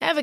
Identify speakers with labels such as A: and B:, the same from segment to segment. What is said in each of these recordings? A: Ever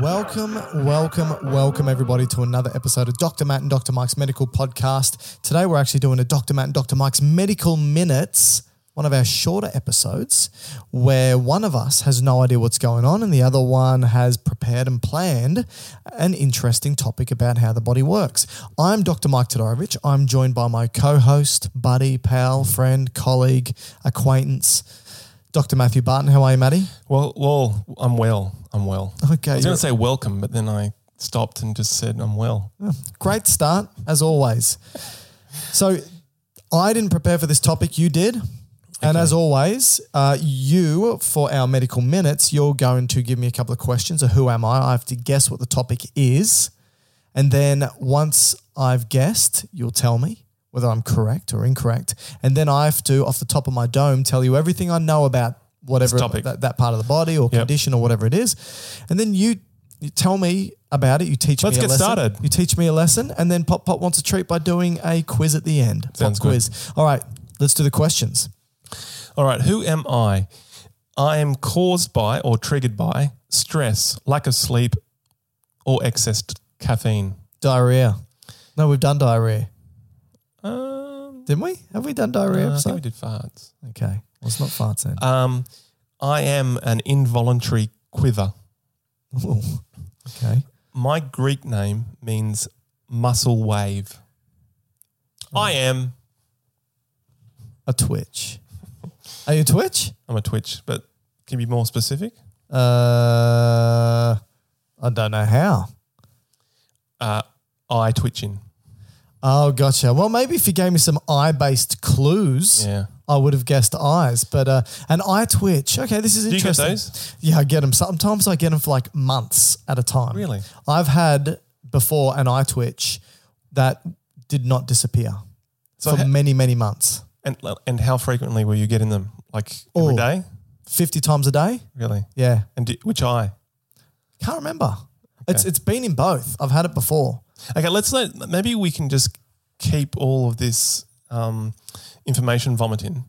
B: Welcome, welcome, welcome, everybody, to another episode of Dr. Matt and Dr. Mike's Medical Podcast. Today, we're actually doing a Dr. Matt and Dr. Mike's Medical Minutes, one of our shorter episodes, where one of us has no idea what's going on and the other one has prepared and planned an interesting topic about how the body works. I'm Dr. Mike Todorovich. I'm joined by my co host, buddy, pal, friend, colleague, acquaintance, Dr. Matthew Barton. How are you, Matty?
C: Well, well, I'm well. I'm well.
B: Okay,
C: I was going
B: you're-
C: to say welcome, but then I stopped and just said I'm well.
B: Great start, as always. So, I didn't prepare for this topic, you did. And as always, uh, you, for our medical minutes, you're going to give me a couple of questions of who am I? I have to guess what the topic is. And then once I've guessed, you'll tell me whether I'm correct or incorrect. And then I have to, off the top of my dome, tell you everything I know about whatever
C: topic.
B: That, that part of the body or
C: Yep.
B: condition or whatever it is. And then you, you tell me about it. You teach
C: Let's
B: me a
C: get
B: lesson.
C: started.
B: You teach me a lesson, and then Pop Pop wants a treat by doing a quiz at the end.
C: Sounds
B: Pop
C: good.
B: quiz. All right, let's do the questions.
C: All right, who am I? I am caused by or triggered by stress, lack of sleep, or excess t- caffeine.
B: Diarrhea. No, we've done diarrhea,
C: Um,
B: didn't we? Have we done diarrhea?
C: uh, I
B: episode?
C: think we did farts.
B: Okay, well, it's not farts then.
C: Um, I am an involuntary quiver.
B: Ooh. okay.
C: My Greek name means muscle wave.
B: Oh.
C: I am.
B: A twitch. Are you a twitch?
C: I'm a twitch, but can you be more specific?
B: Uh, I don't know how.
C: Uh, eye twitching.
B: Oh, gotcha. Well, maybe if you gave me some eye-based clues,
C: Yeah.
B: I would have guessed eyes. But uh, an eye twitch. Okay, this is
C: Do you get
B: interesting.
C: those?
B: Yeah, I get them. Sometimes I get them for like months at a time.
C: Really?
B: I've had before an eye twitch that did not disappear
C: So
B: for
C: ha-
B: many, many months.
C: And uh, and how frequently were you getting them? Like
B: Oh.
C: every day?
B: Fifty times a day.
C: Really?
B: Yeah,
C: And do, which eye?
B: can't remember. It's it's been in both. I've had it before.
C: Okay, let's let maybe we can just keep all of this um, information vomiting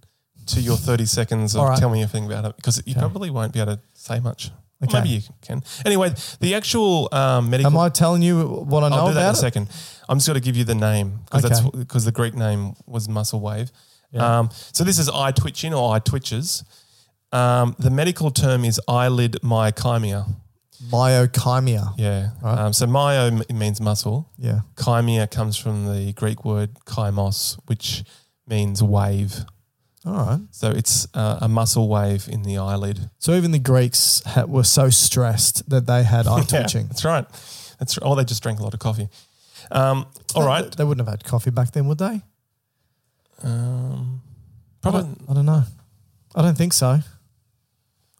C: to your thirty seconds of
B: All right.
C: tell me everything about it because you probably won't be able to say much. Or
B: Okay.
C: Maybe you can. Anyway, the actual um, medical.
B: Am I telling you what I know
C: I'll do that in
B: about
C: a
B: it?
C: second. I'm just going to give you the name because
B: Okay.
C: that's because the Greek name was muscle wave. Um, so this is eye twitching or eye twitches. Um, the medical term is eyelid myokymia.
B: Myokymia.
C: Yeah. Um, so myo m- means muscle.
B: Yeah.
C: Chymia comes from the Greek word chymos, which means wave.
B: All right.
C: So it's uh, a muscle wave in the eyelid.
B: So even the Greeks ha- were so stressed that they had eye
C: Yeah,
B: twitching.
C: that's right. That's oh, they just drank a lot of coffee. Um, all
B: They-
C: right,
B: They, wouldn't have had coffee back then, would they?
C: um,
B: I
C: probably.
B: don't, I don't know. I don't think so.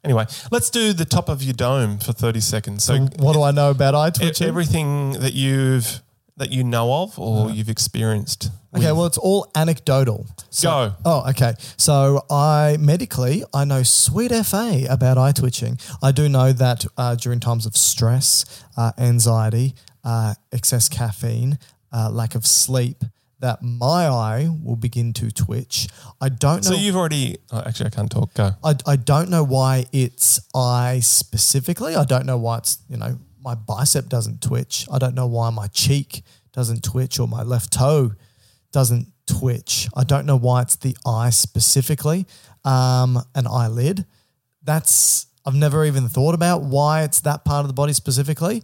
C: Anyway, let's do the top of your dome for thirty seconds. So,
B: what do I know about eye
C: e-
B: twitching?
C: everything that you've that you know of or you've experienced.
B: Okay,
C: with-
B: well, it's all anecdotal.
C: Go.
B: Oh, okay. So I medically, I know sweet FA about eye twitching. I do know that uh, during times of stress, uh, anxiety, uh, excess caffeine, uh, lack of sleep, that my eye will begin to twitch. I don't know.
C: so you've already. Oh, actually, I can't talk. Go.
B: I, I don't know why it's I specifically. I don't know why it's, you know, my bicep doesn't twitch. I don't know why my cheek doesn't twitch or my left toe doesn't twitch. I don't know why it's the eye specifically, um, an eyelid. That's, I've never even thought about why it's that part of the body specifically,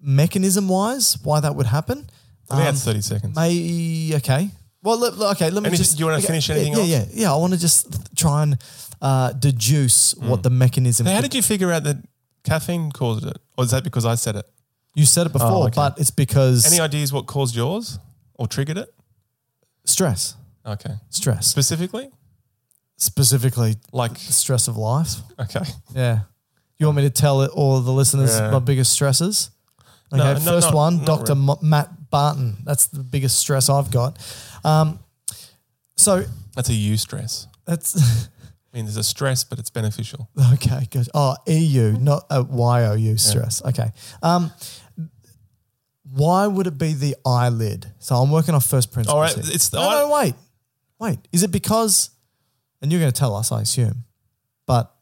B: mechanism wise, why that would happen.
C: I
B: Um,
C: think that's thirty seconds.
B: May okay. Well, let, let- okay. Let me
C: Anything-
B: just.
C: do you wanna
B: okay,
C: finish anything
B: Yeah,
C: else?
B: yeah, yeah. I want to just try and uh, deduce what the mechanism.
C: Hmm. Now, how
B: could-
C: did you figure out that caffeine caused it, or is that because I said it?
B: you said it before,
C: Oh, okay.
B: but it's because
C: Any ideas what caused yours or triggered it?
B: stress,
C: Okay,
B: stress
C: specifically,
B: specifically
C: like
B: the stress of life.
C: okay.
B: Yeah. You want me to tell it all the listeners
C: Yeah.
B: my biggest stresses? Okay,
C: No, no,
B: first
C: not-
B: one,
C: not
B: Doctor
C: really.
B: M- Matt Barton. That's the biggest stress I've got. Um, so
C: That's a you stress.
B: that's
C: I mean, there's a stress, but it's beneficial.
B: Okay, good. Oh, EU,
C: Mm-hmm.
B: not uh, YOU stress. Okay. Um, why would it be the eyelid? So I'm working off first principles.
C: All right,
B: here.
C: it's the
B: no,
C: eye-
B: no, wait, wait. Is it because? And you're going to tell us, I assume, but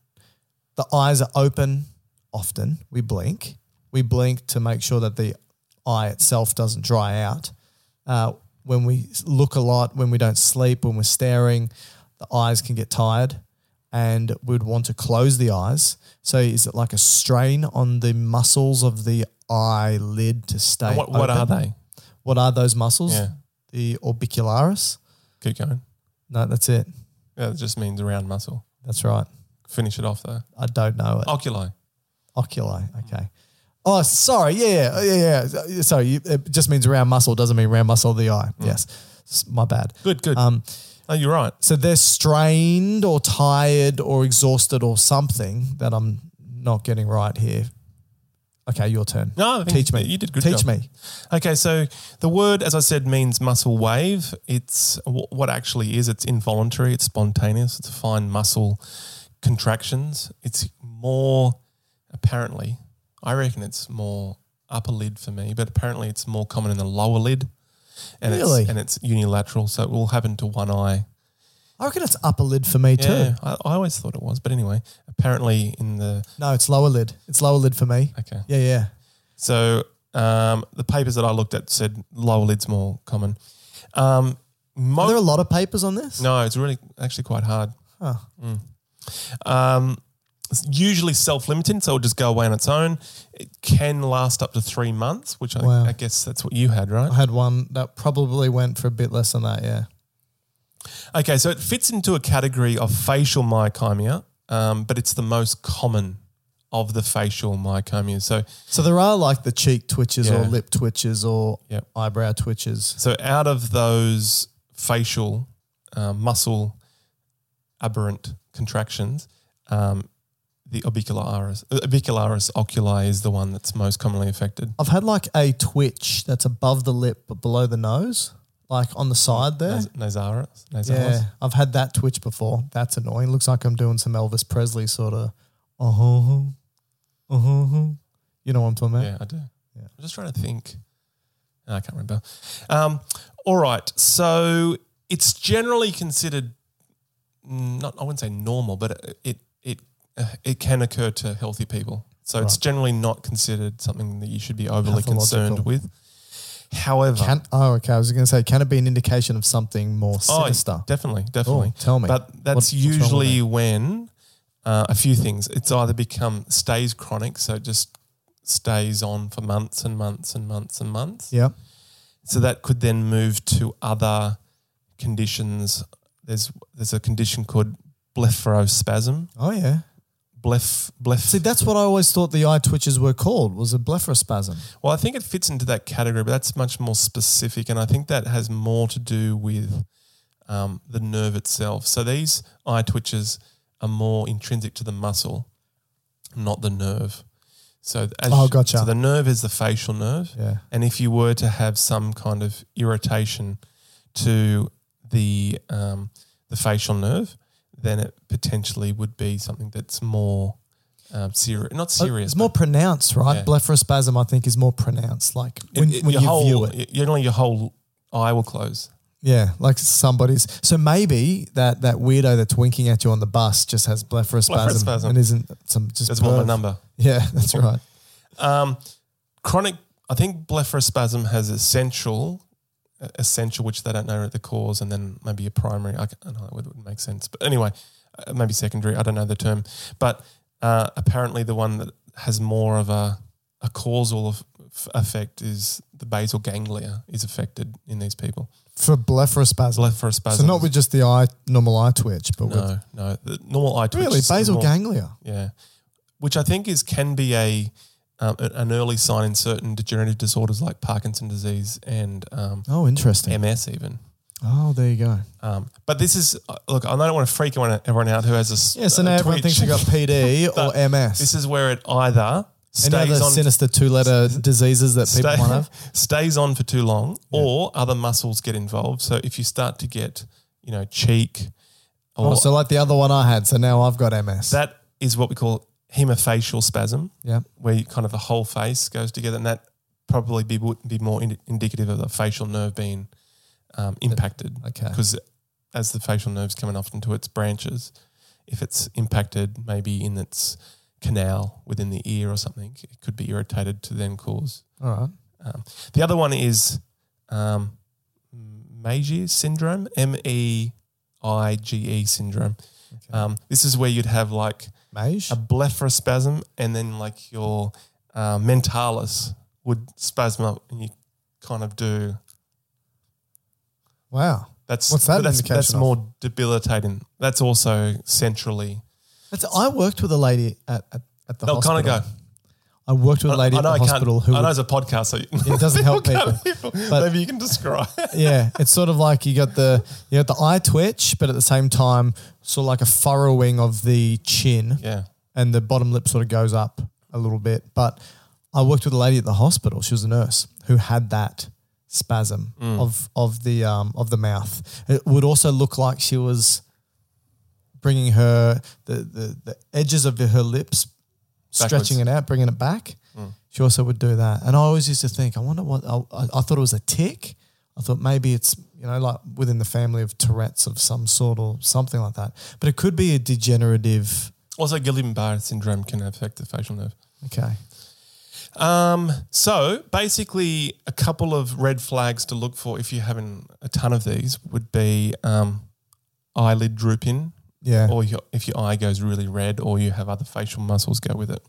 B: the eyes are open. Often we blink. We blink to make sure that the eye itself doesn't dry out. Uh, when we look a lot, when we don't sleep, when we're staring, the eyes can get tired and we'd want to close the eyes. So is it like a strain on the muscles of the eyelid to stay?
C: And what what are
B: open?
C: they?
B: What are those muscles?
C: Yeah.
B: The orbicularis?
C: Keep going.
B: No, that's it.
C: Yeah, it just means around muscle.
B: That's right.
C: Finish it off though.
B: I don't know it.
C: Oculi.
B: Oculi. Okay. Oh, sorry. Yeah, yeah, yeah, yeah. Sorry. You, it just means round muscle. Doesn't mean round muscle of the eye.
C: Mm.
B: Yes. S- My bad.
C: Good, good.
B: Um,
C: oh, you're right.
B: So they're strained or tired or exhausted or something that I'm not getting right here. Okay, your turn.
C: No, I think
B: teach me.
C: you did good
B: Teach
C: job.
B: me.
C: Okay, so the word, as I said, means muscle wave. It's wh- what actually is. It's involuntary. It's spontaneous. It's fine muscle contractions. It's more apparently. I reckon it's more upper lid for me, but apparently it's more common in the lower lid, and
B: Really?
C: it's and it's unilateral, so it will happen to one eye.
B: I reckon it's upper lid for me
C: Yeah,
B: too.
C: I, I always thought it was, but anyway, apparently in the
B: No, it's lower lid. It's lower lid for me.
C: okay.
B: Yeah, yeah.
C: So um, the papers that I looked at said lower lid's more common. Um, mo-
B: Are there a lot of papers on this?
C: no, it's really actually quite hard.
B: Huh.
C: Mm. Um, it's usually self-limiting, so it'll just go away on its own. It can last up to three months, which I,
B: Wow.
C: I guess that's what you had, right?
B: I had one that probably went for a bit less than that. Yeah. Uh-huh.
C: Okay, so it fits into a category of facial myocymia, um, but it's the most common of the facial myocymia. So
B: So there are like the cheek twitches or
C: Yeah.
B: lip twitches or
C: Yep.
B: eyebrow twitches.
C: So out of those facial uh, muscle aberrant contractions, um, the orbicularis, uh, orbicularis oculi is the one that's most commonly affected.
B: I've had like a twitch that's above the lip but below the nose, like on the side there.
C: Nas- nasaris, nasalis.
B: Yeah, I've had that twitch before. That's annoying. Looks like I'm doing some Elvis Presley sort of, uh huh, uh huh. You know what I'm talking about?
C: Yeah, I do. I'm just trying to think. No, I can't remember. Um, all right. So it's generally considered mm, not. I wouldn't say normal, but it it it, uh, it can occur to healthy people. So it's generally not considered something that you should be overly concerned
B: Pathological.
C: with. However,
B: Can, oh, okay. I was going to say, can it be an indication of something more
C: Oh,
B: sinister?
C: definitely, definitely.
B: Oh, tell me.
C: But
B: What-
C: that's
B: what's wrong with
C: usually
B: that?
C: when uh, a few things. It's either become stays chronic, so it just stays on for months and months and months and months.
B: yeah.
C: So that could then move to other conditions. There's there's a condition called blepharospasm,
B: Oh, yeah.
C: blef blef.
B: See, that's what I always thought the eye twitches were called was a blepharospasm.
C: Well, I think it fits into that category, but that's much more specific, and I think that has more to do with um, the nerve itself. So these eye twitches are more intrinsic to the muscle, not the nerve. So as
B: Oh, gotcha.
C: So the nerve is the facial nerve,
B: Yeah.
C: and if you were to have some kind of irritation to the um, the facial nerve, then it potentially would be something that's more um, serious, not serious.
B: It's Uh, more
C: but-
B: pronounced, right?
C: Yeah.
B: Blepharospasm, I think, is more pronounced. Like when, when you
C: whole,
B: view it.
C: you know, your whole eye will close.
B: Yeah, like somebody's. So maybe that that weirdo that's winking at you on the bus just has blepharospasm,
C: Blepharospasm.
B: and isn't some just.
C: That's one my
B: perv.
C: number.
B: Yeah, that's right.
C: Um, chronic, I think blepharospasm has essential, uh, essential, which they don't know the cause, and then maybe a primary. I, can, I don't know, it would make sense. But anyway, uh, maybe secondary. I don't know the term. But uh, apparently, the one that has more of a, a causal of, f- effect is the basal ganglia is affected in these people.
B: For blepharospasm.
C: Blepharospasm.
B: So not with just the eye, normal eye twitch, but with
C: no, no, the normal eye twitch.
B: really
C: is the
B: basal
C: more-
B: ganglia.
C: Yeah, which I think is can be a um, a- an early sign in certain degenerative disorders like Parkinson's disease and um,
B: Oh, interesting.
C: MS even.
B: Oh, there you go.
C: Um, but this is uh, look. I don't want to freak everyone everyone out who has a s-
B: Yeah, so
C: a
B: now everyone
C: twitch.
B: thinks you got PD
C: But
B: or MS.
C: This is where it either
B: Any other
C: stays on
B: sinister two-letter diseases that people
C: stay-
B: might have?
C: stays on for too long, or other muscles get involved. So if you start to get you know cheek or
B: Oh, so like the other one I had. So now I've got MS.
C: that is what we call hemifacial spasm.
B: yeah.
C: where you kind of the whole face goes together, and that probably be would be more in, indicative of the facial nerve being um, impacted.
B: Okay.
C: because as the facial nerve's coming off into its branches, if it's impacted, maybe in its canal within the ear or something, it could be irritated to then cause.
B: All right.
C: Um, the other one is um, Meige syndrome, M E I G E syndrome. Um, this is where you'd have like
B: Mage.
C: a blepharospasm, and then like your uh, mentalis would spasm up, and you kind of do.
B: Wow.
C: That's
B: What's that
C: but
B: an
C: That's,
B: indication
C: that's
B: of?
C: more debilitating. That's also centrally.
B: That's, I worked with a lady at, at, at the
C: They'll
B: hospital.
C: kind of
B: I worked
C: go.
B: with a lady
C: I
B: at
C: know
B: the
C: I
B: hospital
C: can't.
B: who
C: I know
B: would-
C: it's a podcast, so
B: it doesn't help people. But-
C: maybe you can describe.
B: Yeah, it's sort of like you got the you got the eye twitch, but at the same time, sort of like a furrowing of the chin,
C: yeah.
B: and the bottom lip sort of goes up a little bit. But I worked with a lady at the hospital. She was a nurse who had that spasm of of the um, of the mouth. It would also look like she was bringing her the the, the edges of her lips, stretching it out, bringing it back. She also would do that, and I always used to think, I wonder what I, I, I thought it was a tick. I thought maybe it's you know like within the family of Tourette's of some sort or something like that, but it could be a degenerative.
C: Also, Guillain-Barre syndrome can affect the facial nerve.
B: Okay.
C: Um, so basically, a couple of red flags to look for if you're having a ton of these would be um, eyelid drooping,
B: Yeah.
C: or your, if your eye goes really red, or you have other facial muscles go with it.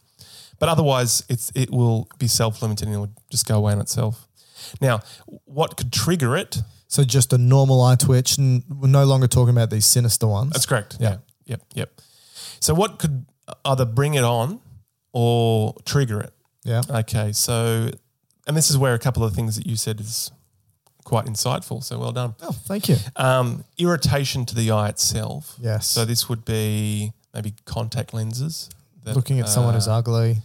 C: But otherwise, it's it will be self limiting and it will just go away on itself. Now, what could trigger it?
B: so just a normal eye twitch, and we're no longer talking about these sinister ones.
C: That's correct.
B: Yeah.
C: Yeah. Yep. Yep. So, what could either bring it on or trigger it?
B: yeah.
C: Okay, so and this is where a couple of things that you said is quite insightful. So well done.
B: Oh, thank you.
C: Um, irritation to the eye itself.
B: Yes.
C: So this would be maybe contact lenses. that,
B: Looking at someone
C: uh,
B: who's ugly.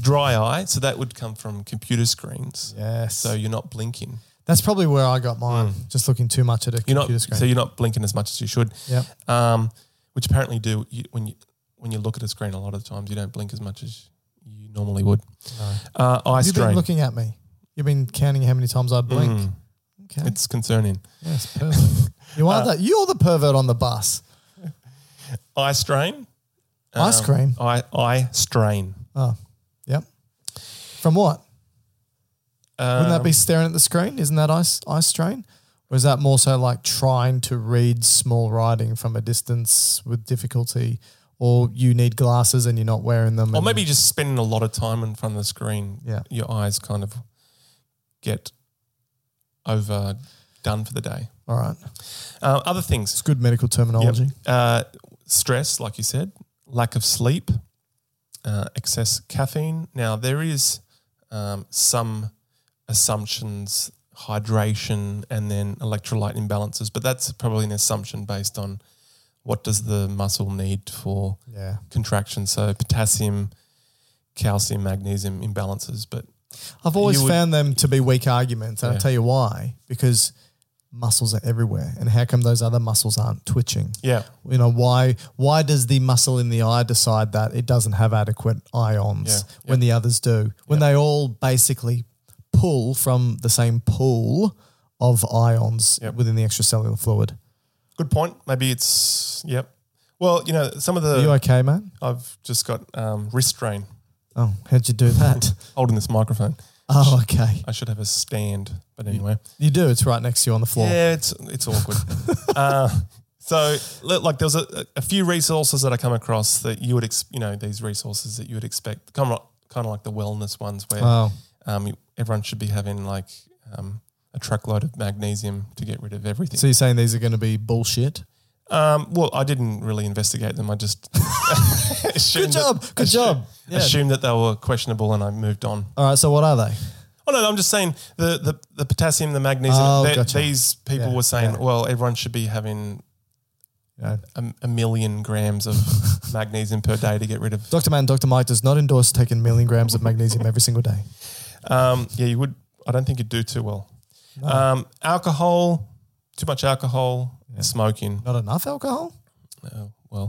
C: dry eye. So that would come from computer screens.
B: Yes.
C: So you're not blinking.
B: That's probably where I got mine. Just looking too much at a
C: Hmm. You're not.
B: computer screen.
C: So you're not blinking as much as you should.
B: Yep.
C: Um, which apparently do you, when you when you look at a screen a lot of times you don't blink as much as you normally would. Uh, eye
B: You've
C: strain.
B: been looking at me. You've been counting how many times I blink.
C: Mm.
B: Okay.
C: It's concerning.
B: yes, perfect. you
C: Uh,
B: are the you're the pervert on the bus.
C: Eye strain. Um,
B: Ice cream.
C: Eye eye strain.
B: Oh. Yep. From what?
C: Um,
B: Wouldn't that be staring at the screen? Isn't that eye eye strain? Or is that more so like trying to read small writing from a distance with difficulty? Or you need glasses and you're not wearing them.
C: Um, Or
B: and-
C: maybe just spending a lot of time in front of the screen.
B: Yeah.
C: Your eyes kind of get overdone for the day.
B: all right.
C: Uh, other things.
B: It's good medical terminology.
C: Yep. Uh, stress, like you said, lack of sleep, uh, excess caffeine. Now, there is um, some assumptions, hydration, and then electrolyte imbalances, but that's probably an assumption based on what does the muscle need for
B: Yeah.
C: contraction. So potassium, calcium, magnesium imbalances, but
B: I've always
C: You would-
B: found them to be weak arguments, and I'll
C: Yeah.
B: tell you why. Because muscles are everywhere, and how come those other muscles aren't twitching?
C: yeah,
B: You know why? Why does the muscle in the eye decide that it doesn't have adequate ions
C: Yeah,
B: when the others do? When they all basically pull from the same pool of ions
C: Yep.
B: within the extracellular fluid.
C: good point. Maybe it's yep. Well, you know, some of
B: Are you
C: the
B: okay, man?
C: I've just got um, wrist strain
B: Oh, how'd you do that?
C: holding this microphone.
B: oh, okay.
C: I should have a stand, but anyway.
B: You do. It's right next to you on the floor.
C: Yeah, it's it's awkward. uh, so, li- like, there's a, a few resources that I come across that you would, ex- you know, these resources that you would expect, kind of, kind of like the wellness ones where
B: Oh,
C: um, you- everyone should be having like um, a truckload of magnesium to get rid of everything.
B: so you're saying these are going to be bullshit?
C: um, well, I didn't really investigate them. I just
B: Good
C: assumed
B: job.
C: That,
B: Good job. Yeah.
C: assumed that they were questionable, and I moved on.
B: All right. So what are they?
C: Oh no, I'm just saying the the, the potassium, the magnesium.
B: Oh,
C: they-
B: gotcha.
C: These people
B: Yeah,
C: were saying,
B: yeah.
C: well, everyone should be having
B: You know,
C: a, a million grams of magnesium per day to get rid of.
B: Dr. Man, Dr. Mike does not endorse taking milligrams of magnesium every single day.
C: Um, yeah, you would. I don't think you'd do too well. Um, alcohol, too much alcohol, smoking.
B: Not enough alcohol?
C: Oh, well,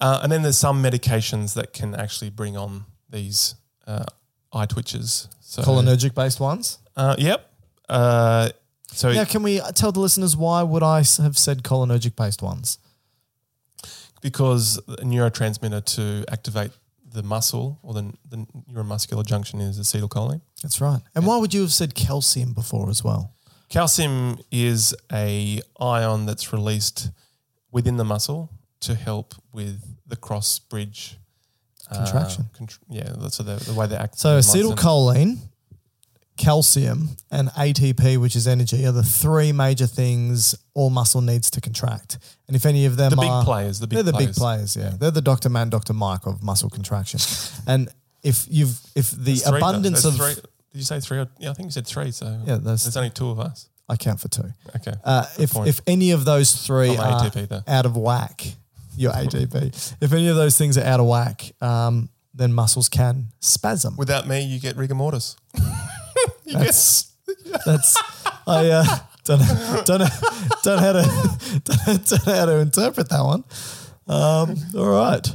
C: uh, and then there's some medications that can actually bring on these uh, eye twitches. So,
B: Cholinergic based ones?
C: uh, yep. Uh, so
B: Now, can we tell the listeners why would I s- have said cholinergic based ones?
C: because a neurotransmitter to activate the muscle or the, the neuromuscular junction is acetylcholine.
B: That's right. And why would you have said calcium before as well?
C: Calcium is a ion that's released within the muscle to help with the cross bridge uh,
B: Contraction.
C: contr- yeah, that's so the, the way they act.
B: So acetylcholine, calcium, and ATP, which is energy, are the three major things all muscle needs to contract. And if any of them
C: The big
B: are
C: players, the big
B: they're the big
C: players.
B: players. Yeah, they're the Doctor Man, Doctor Mike of muscle contraction. and if you've if the
C: It's three, though.
B: abundance
C: There's
B: of
C: three. Did you say three? Or, yeah, I think you said three. So
B: Yeah, there's-
C: there's, only two of us.
B: I count for two.
C: Okay.
B: Uh,
C: Good
B: if
C: point.
B: if any of those three
C: I'm
B: are
C: ATP though.
B: out of whack, your ATP. if any of those things are out of whack, um, then muscles can spasm.
C: Without me, you get rigor mortis.
B: That's that's I uh, don't know, don't know, don't know how to don't know, don't know how to interpret that one. Um, all right,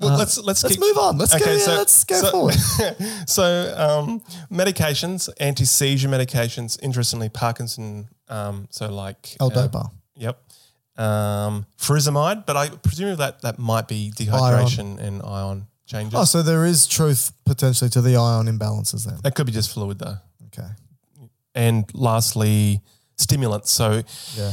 C: Well, let's let's
B: Um, let's
C: keep-
B: move on. Let's go.
C: Okay,
B: yeah,
C: so-
B: let's go
C: so-
B: forward.
C: So, um, medications, anti seizure medications, interestingly, Parkinson, um, so like. uh,
B: L-Dopa.
C: yep. Um, furosemide, but I presume that that might be dehydration and ion changes.
B: Oh, so there is truth potentially to the ion imbalances then.
C: that could be just fluid though.
B: Okay.
C: And lastly, stimulants. So,
B: Yeah.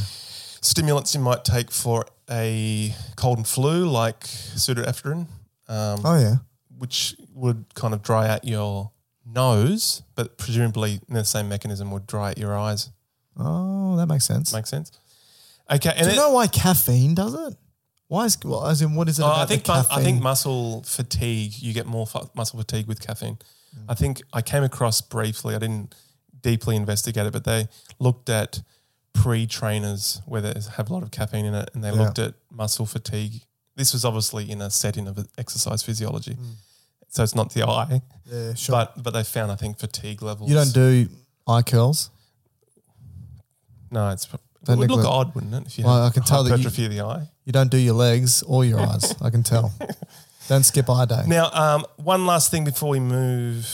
C: stimulants you might take for a cold and flu, like pseudoephedrine, um,
B: Oh yeah.
C: which would kind of dry out your nose, but presumably the same mechanism would dry out your eyes.
B: Oh, that makes sense.
C: Make sense? Okay, and
B: Do you
C: it-
B: know why caffeine does it? Why is well, as in what is it?
C: oh,
B: about
C: I think
B: the
C: mus-
B: caffeine?
C: I think muscle fatigue. You get more fu- muscle fatigue with caffeine.
B: Mm.
C: I think I came across briefly. I didn't deeply investigate it, but they looked at pre-trainers where they have a lot of caffeine in it, and they
B: Yeah.
C: looked at muscle fatigue. This was obviously in a setting of exercise physiology, so it's not the eye,
B: Mm. yeah, sure.
C: but but they found I think fatigue levels.
B: you don't do eye curls.
C: No, it's prob- it
B: Don't
C: would look
B: neglect-
C: odd, wouldn't it? If you
B: Well,
C: had
B: I can tell that you-
C: hypertrophy of the eye.
B: You don't do your legs or your eyes. I can tell. Don't skip eye day.
C: Now, um, one last thing before we move.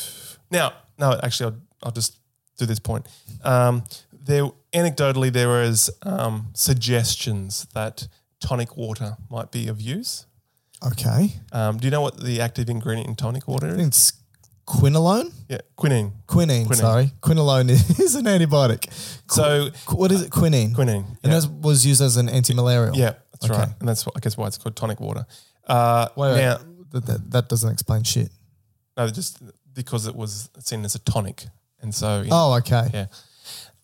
C: Now, no, actually, I'll, I'll just do this point. Um, there, anecdotally, there was um, suggestions that tonic water might be of use.
B: Okay.
C: Um, do you know what the active ingredient in tonic water
B: I think
C: is?
B: it's quinolone.
C: Yeah, quinine.
B: Quinine,
C: Quinine.
B: sorry. Quinolone is an antibiotic. Qu-
C: So-
B: qu- what is it? Quinine.
C: Quinine.
B: And
C: yeah.
B: that was used as an anti-malarial.
C: Yeah, that's
B: Okay.
C: right, and that's what, I guess why it's called tonic water. Uh,
B: Wait, wait,
C: now,
B: That, that, that doesn't explain shit.
C: no, just Oh, because it was seen as a tonic, and so in-
B: Oh, okay.
C: Yeah.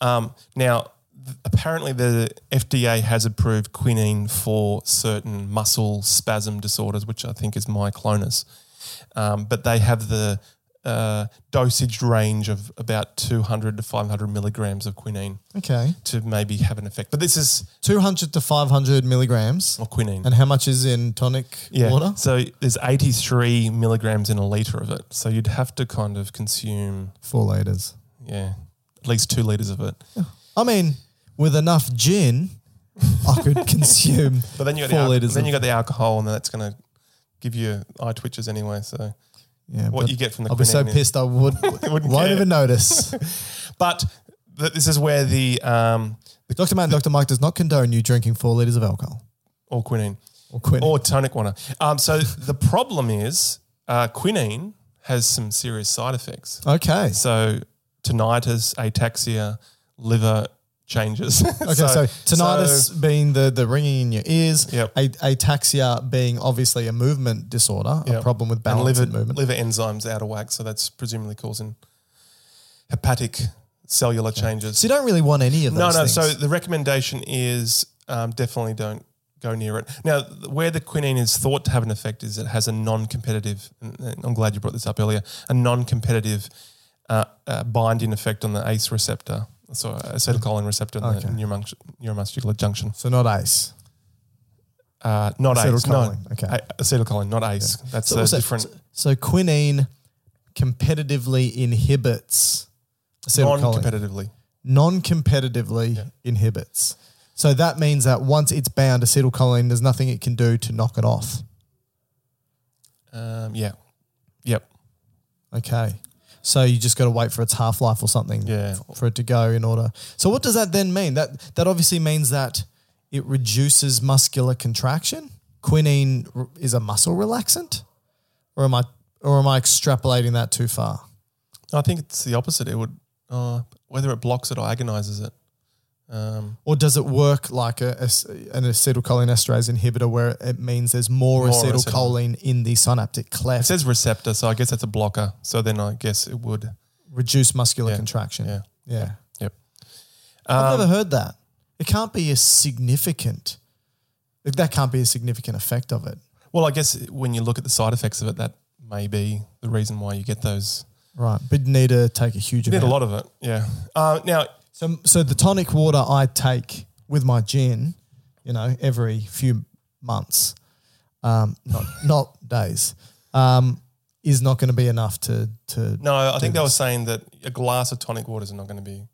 C: Um, now th- apparently the FDA has approved quinine for certain muscle spasm disorders, which I think is myoclonus. Um, but they have the uh, dosage range of about 200 to 500 milligrams of quinine
B: Okay.
C: to maybe have an effect. But this is
B: 200 to 500 milligrams.
C: or quinine.
B: And how much is in tonic
C: Oh. yeah.
B: water?
C: So there's 83 milligrams in a liter of it. So you'd have to kind of consume,
B: Four liters.
C: yeah, at least two liters of it.
B: I mean, with enough gin, I could consume
C: But then you got
B: four
C: the al-
B: liters.
C: then
B: of-
C: you got the alcohol, and that's going to give you eye twitches anyway. So,
B: yeah,
C: what
B: but
C: you get from the
B: I'll be so
C: quinine is-
B: pissed I would, won't
C: care.
B: even notice.
C: but th- this is where the um
B: Dr. Matt and Dr. Mike does not condone you drinking four liters of alcohol
C: or quinine
B: or quit.
C: or tonic water. Um, so the problem is uh, quinine has some serious side effects.
B: okay.
C: So tinnitus, ataxia, liver changes.
B: Okay, so, tinnitus being the, the ringing in your ears,
C: Yep.
B: a, ataxia being obviously a movement disorder, a
C: Yep.
B: problem with
C: and
B: balance
C: liver
B: and movement.
C: liver enzymes out of whack. So that's presumably causing hepatic cellular changes.
B: So you don't really want any of
C: No,
B: those
C: no.
B: things.
C: So the recommendation is um, definitely don't go near it. Now, th- where the quinine is thought to have an effect is it has a non-competitive. and- and I'm glad you brought this up earlier. A non-competitive uh, uh, binding effect on the ACE receptor, so acetylcholine receptor in
B: Okay.
C: the neuromus- neuromuscular junction.
B: So not ACE.
C: Uh, not ACE. No,
B: Acetylcholine, okay.
C: A- acetylcholine, not ACE. That's
B: So
C: a
B: what's that?
C: different
B: So quinine competitively inhibits acetylcholine.
C: non-competitively.
B: non-competitively inhibits. So that means that once it's bound, acetylcholine, there's nothing it can do to knock it off.
C: Um, yeah. Yep.
B: Okay. So you just got to wait for its half life or something
C: Yeah.
B: f- for it to go in order. So what does that then mean? That that obviously means that it reduces muscular contraction. Quinine r- is a muscle relaxant, or am I or am I extrapolating that too far?
C: I think it's the opposite. It would uh, whether it blocks it or agonizes it. Um,
B: Or does it work like a, a s- an acetylcholinesterase inhibitor where it means there's more,
C: More
B: acetylcholine in the synaptic
C: It
B: cleft,
C: says receptor, so I guess that's a blocker. So then I guess it would.
B: reduce muscular
C: Yeah,
B: contraction?
C: yeah. Um,
B: Yeah.
C: Yep.
B: I've never heard that. It can't be a significant. That can't be a significant effect of it.
C: Well, I guess when you look at the side effects of it, that may be the reason why you get those.
B: Right. But you need to take a huge
C: You
B: amount.
C: need a lot of it. Yeah. Uh, now,
B: So, so the tonic water I take with my gin, you know, every few months, um, not not days, um, is not going to be enough to to.
C: no, I think they were saying that a glass of tonic water is not going to be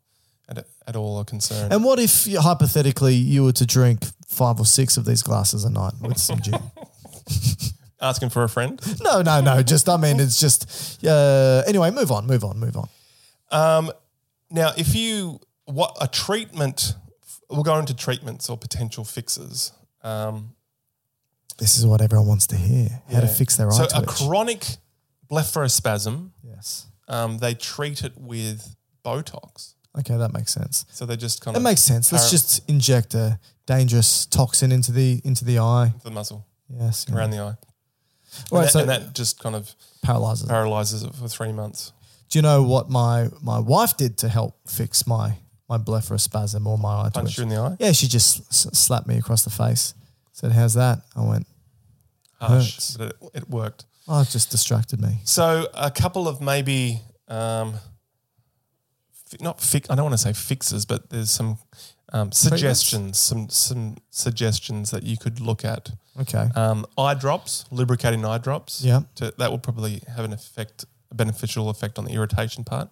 C: at, at all a concern.
B: And what if you, hypothetically you were to drink five or six of these glasses a night with some gin?
C: Asking for a friend.
B: No, no, no. Just I mean, it's just. Uh, anyway, move on, move on, move on.
C: Um, Now, if you what a treatment, we'll go into treatments or potential fixes. Um,
B: This is what everyone wants to hear: how to
C: yeah.
B: fix their eye
C: So a
B: twitch.
C: chronic blepharospasm,
B: yes.
C: um, they treat it with Botox.
B: Okay, that makes sense.
C: So they just kind
B: That
C: of
B: makes sense. Let's
C: para-
B: just inject a dangerous toxin into the into the eye.
C: the muscle
B: Yes. yeah.
C: around the eye.
B: All
C: and,
B: right.
C: that,
B: So
C: and that just kind of
B: paralyzes. it.
C: paralyzes it for three months.
B: Do you know what my my wife did to help fix my my blepharospasm or my eye
C: Punch
B: twitch?
C: you in the eye.
B: Yeah, she just s- slapped me across the face. Said, "How's that?" I went,
C: Harsh,
B: hurts.
C: but it, it worked.
B: "Oh, it just distracted me."
C: So a couple of maybe um, fi- not fix. I don't want to say fixes, but there's some um, suggestions, some some suggestions that you could look at.
B: Okay.
C: Um, eye drops, lubricating eye drops.
B: Yeah.
C: to, that will probably have an effect, a beneficial effect on the irritation part.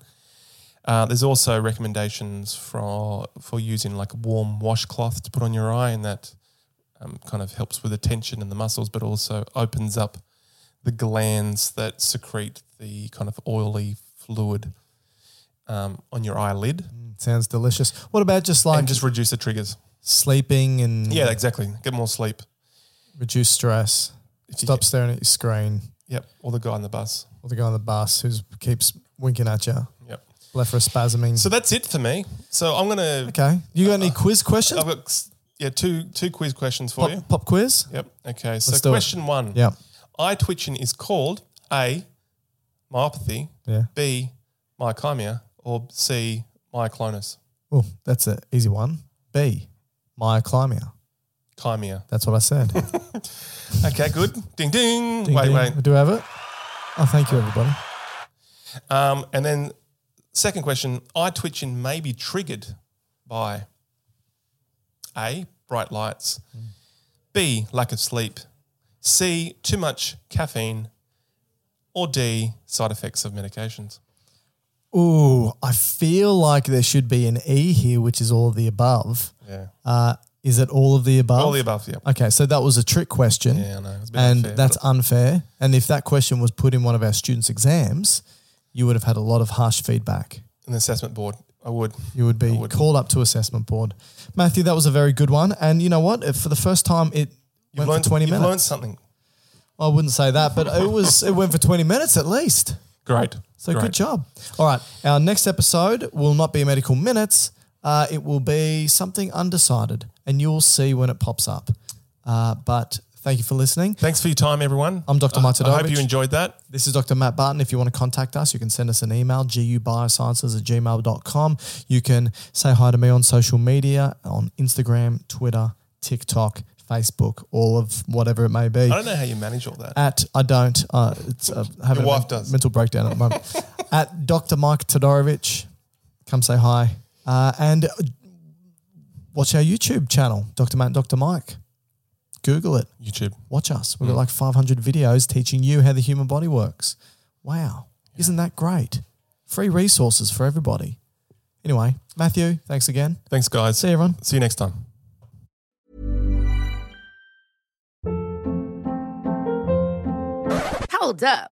C: Uh, there's also recommendations for for using like a warm washcloth to put on your eye, and that um, kind of helps with the tension in the muscles, but also opens up the glands that secrete the kind of oily fluid um, on your eyelid,
B: Sounds delicious. What about just like
C: and just reduce the triggers.
B: sleeping and
C: Yeah, exactly. Get more sleep.
B: reduce stress?
C: If you
B: Stop
C: get-
B: staring at your screen
C: Yep. Or the guy on the bus.
B: or the guy on the bus who keeps winking at you.
C: Yep.
B: Blepharospasming.
C: So that's it for me. So I'm gonna.
B: okay. You got any quiz questions?
C: I've got s- yeah two two quiz questions for you.
B: Pop, pop quiz?
C: Yep. Okay. So
B: Let's do it.
C: question one.
B: Yeah.
C: Eye twitching is called A. Myopathy.
B: Yeah.
C: B. Myokymia or C. Myoclonus.
B: Well, that's an easy one. B, myoclymia.
C: Chimera.
B: That's what I said.
C: Okay, good. ding, ding
B: Ding,
C: Wait,
B: ding.
C: wait.
B: We do have it. Oh, thank you, everybody.
C: Um, and then second question, eye twitching may be triggered by A, bright lights, B, lack of sleep, C, too much caffeine, or D, side effects of medications.
B: Ooh, I feel like there should be an E here, which is all of the above.
C: Yeah.
B: Uh, is it all of the above?
C: All the above, yeah.
B: Okay, so that was a trick question.
C: Yeah, I know. It's a bit
B: and
C: unfair,
B: that's unfair. And if that question was put in one of our students' exams, you would have had a lot of harsh feedback.
C: An assessment board. I would.
B: You would be
C: I would.
B: called up to assessment board. Matthew, that was a very good one. And you know what? If- For the first time, it went
C: learned
B: for 20
C: you've
B: minutes.
C: learned something.
B: I wouldn't say that, but it was it went for 20 minutes at least.
C: Great.
B: So
C: Great.
B: good job. All right. Our next episode will not be medical minutes. Uh, it will be something undecided, and you'll see when it pops up. Uh, but thank you for listening.
C: Thanks for your time, everyone.
B: I'm Dr. Mike
C: I hope
B: Todorovic.
C: you enjoyed that.
B: This is Dr. Matt Barton. If you want to contact us, you can send us an email, gubiosciences at gmail.com. You can say hi to me on social media, on Instagram, Twitter, TikTok, Facebook, all of whatever it may be.
C: I don't know how you manage all that.
B: at I don't. Uh, it's uh, having
C: Your
B: a
C: wife
B: men-
C: does.
B: mental breakdown at the moment. at Dr. Mike Todorovic, come say hi, uh, and uh, watch our YouTube channel, Dr. Matt, and Dr. Mike. Google it.
C: YouTube.
B: Watch us.
C: Mm.
B: We've got like 500 videos teaching you how the human body works. Wow, isn't that great? Free resources for everybody. Anyway, Matthew, thanks again.
C: Thanks, guys.
B: See you, everyone.
C: See you next time.
A: Hold up.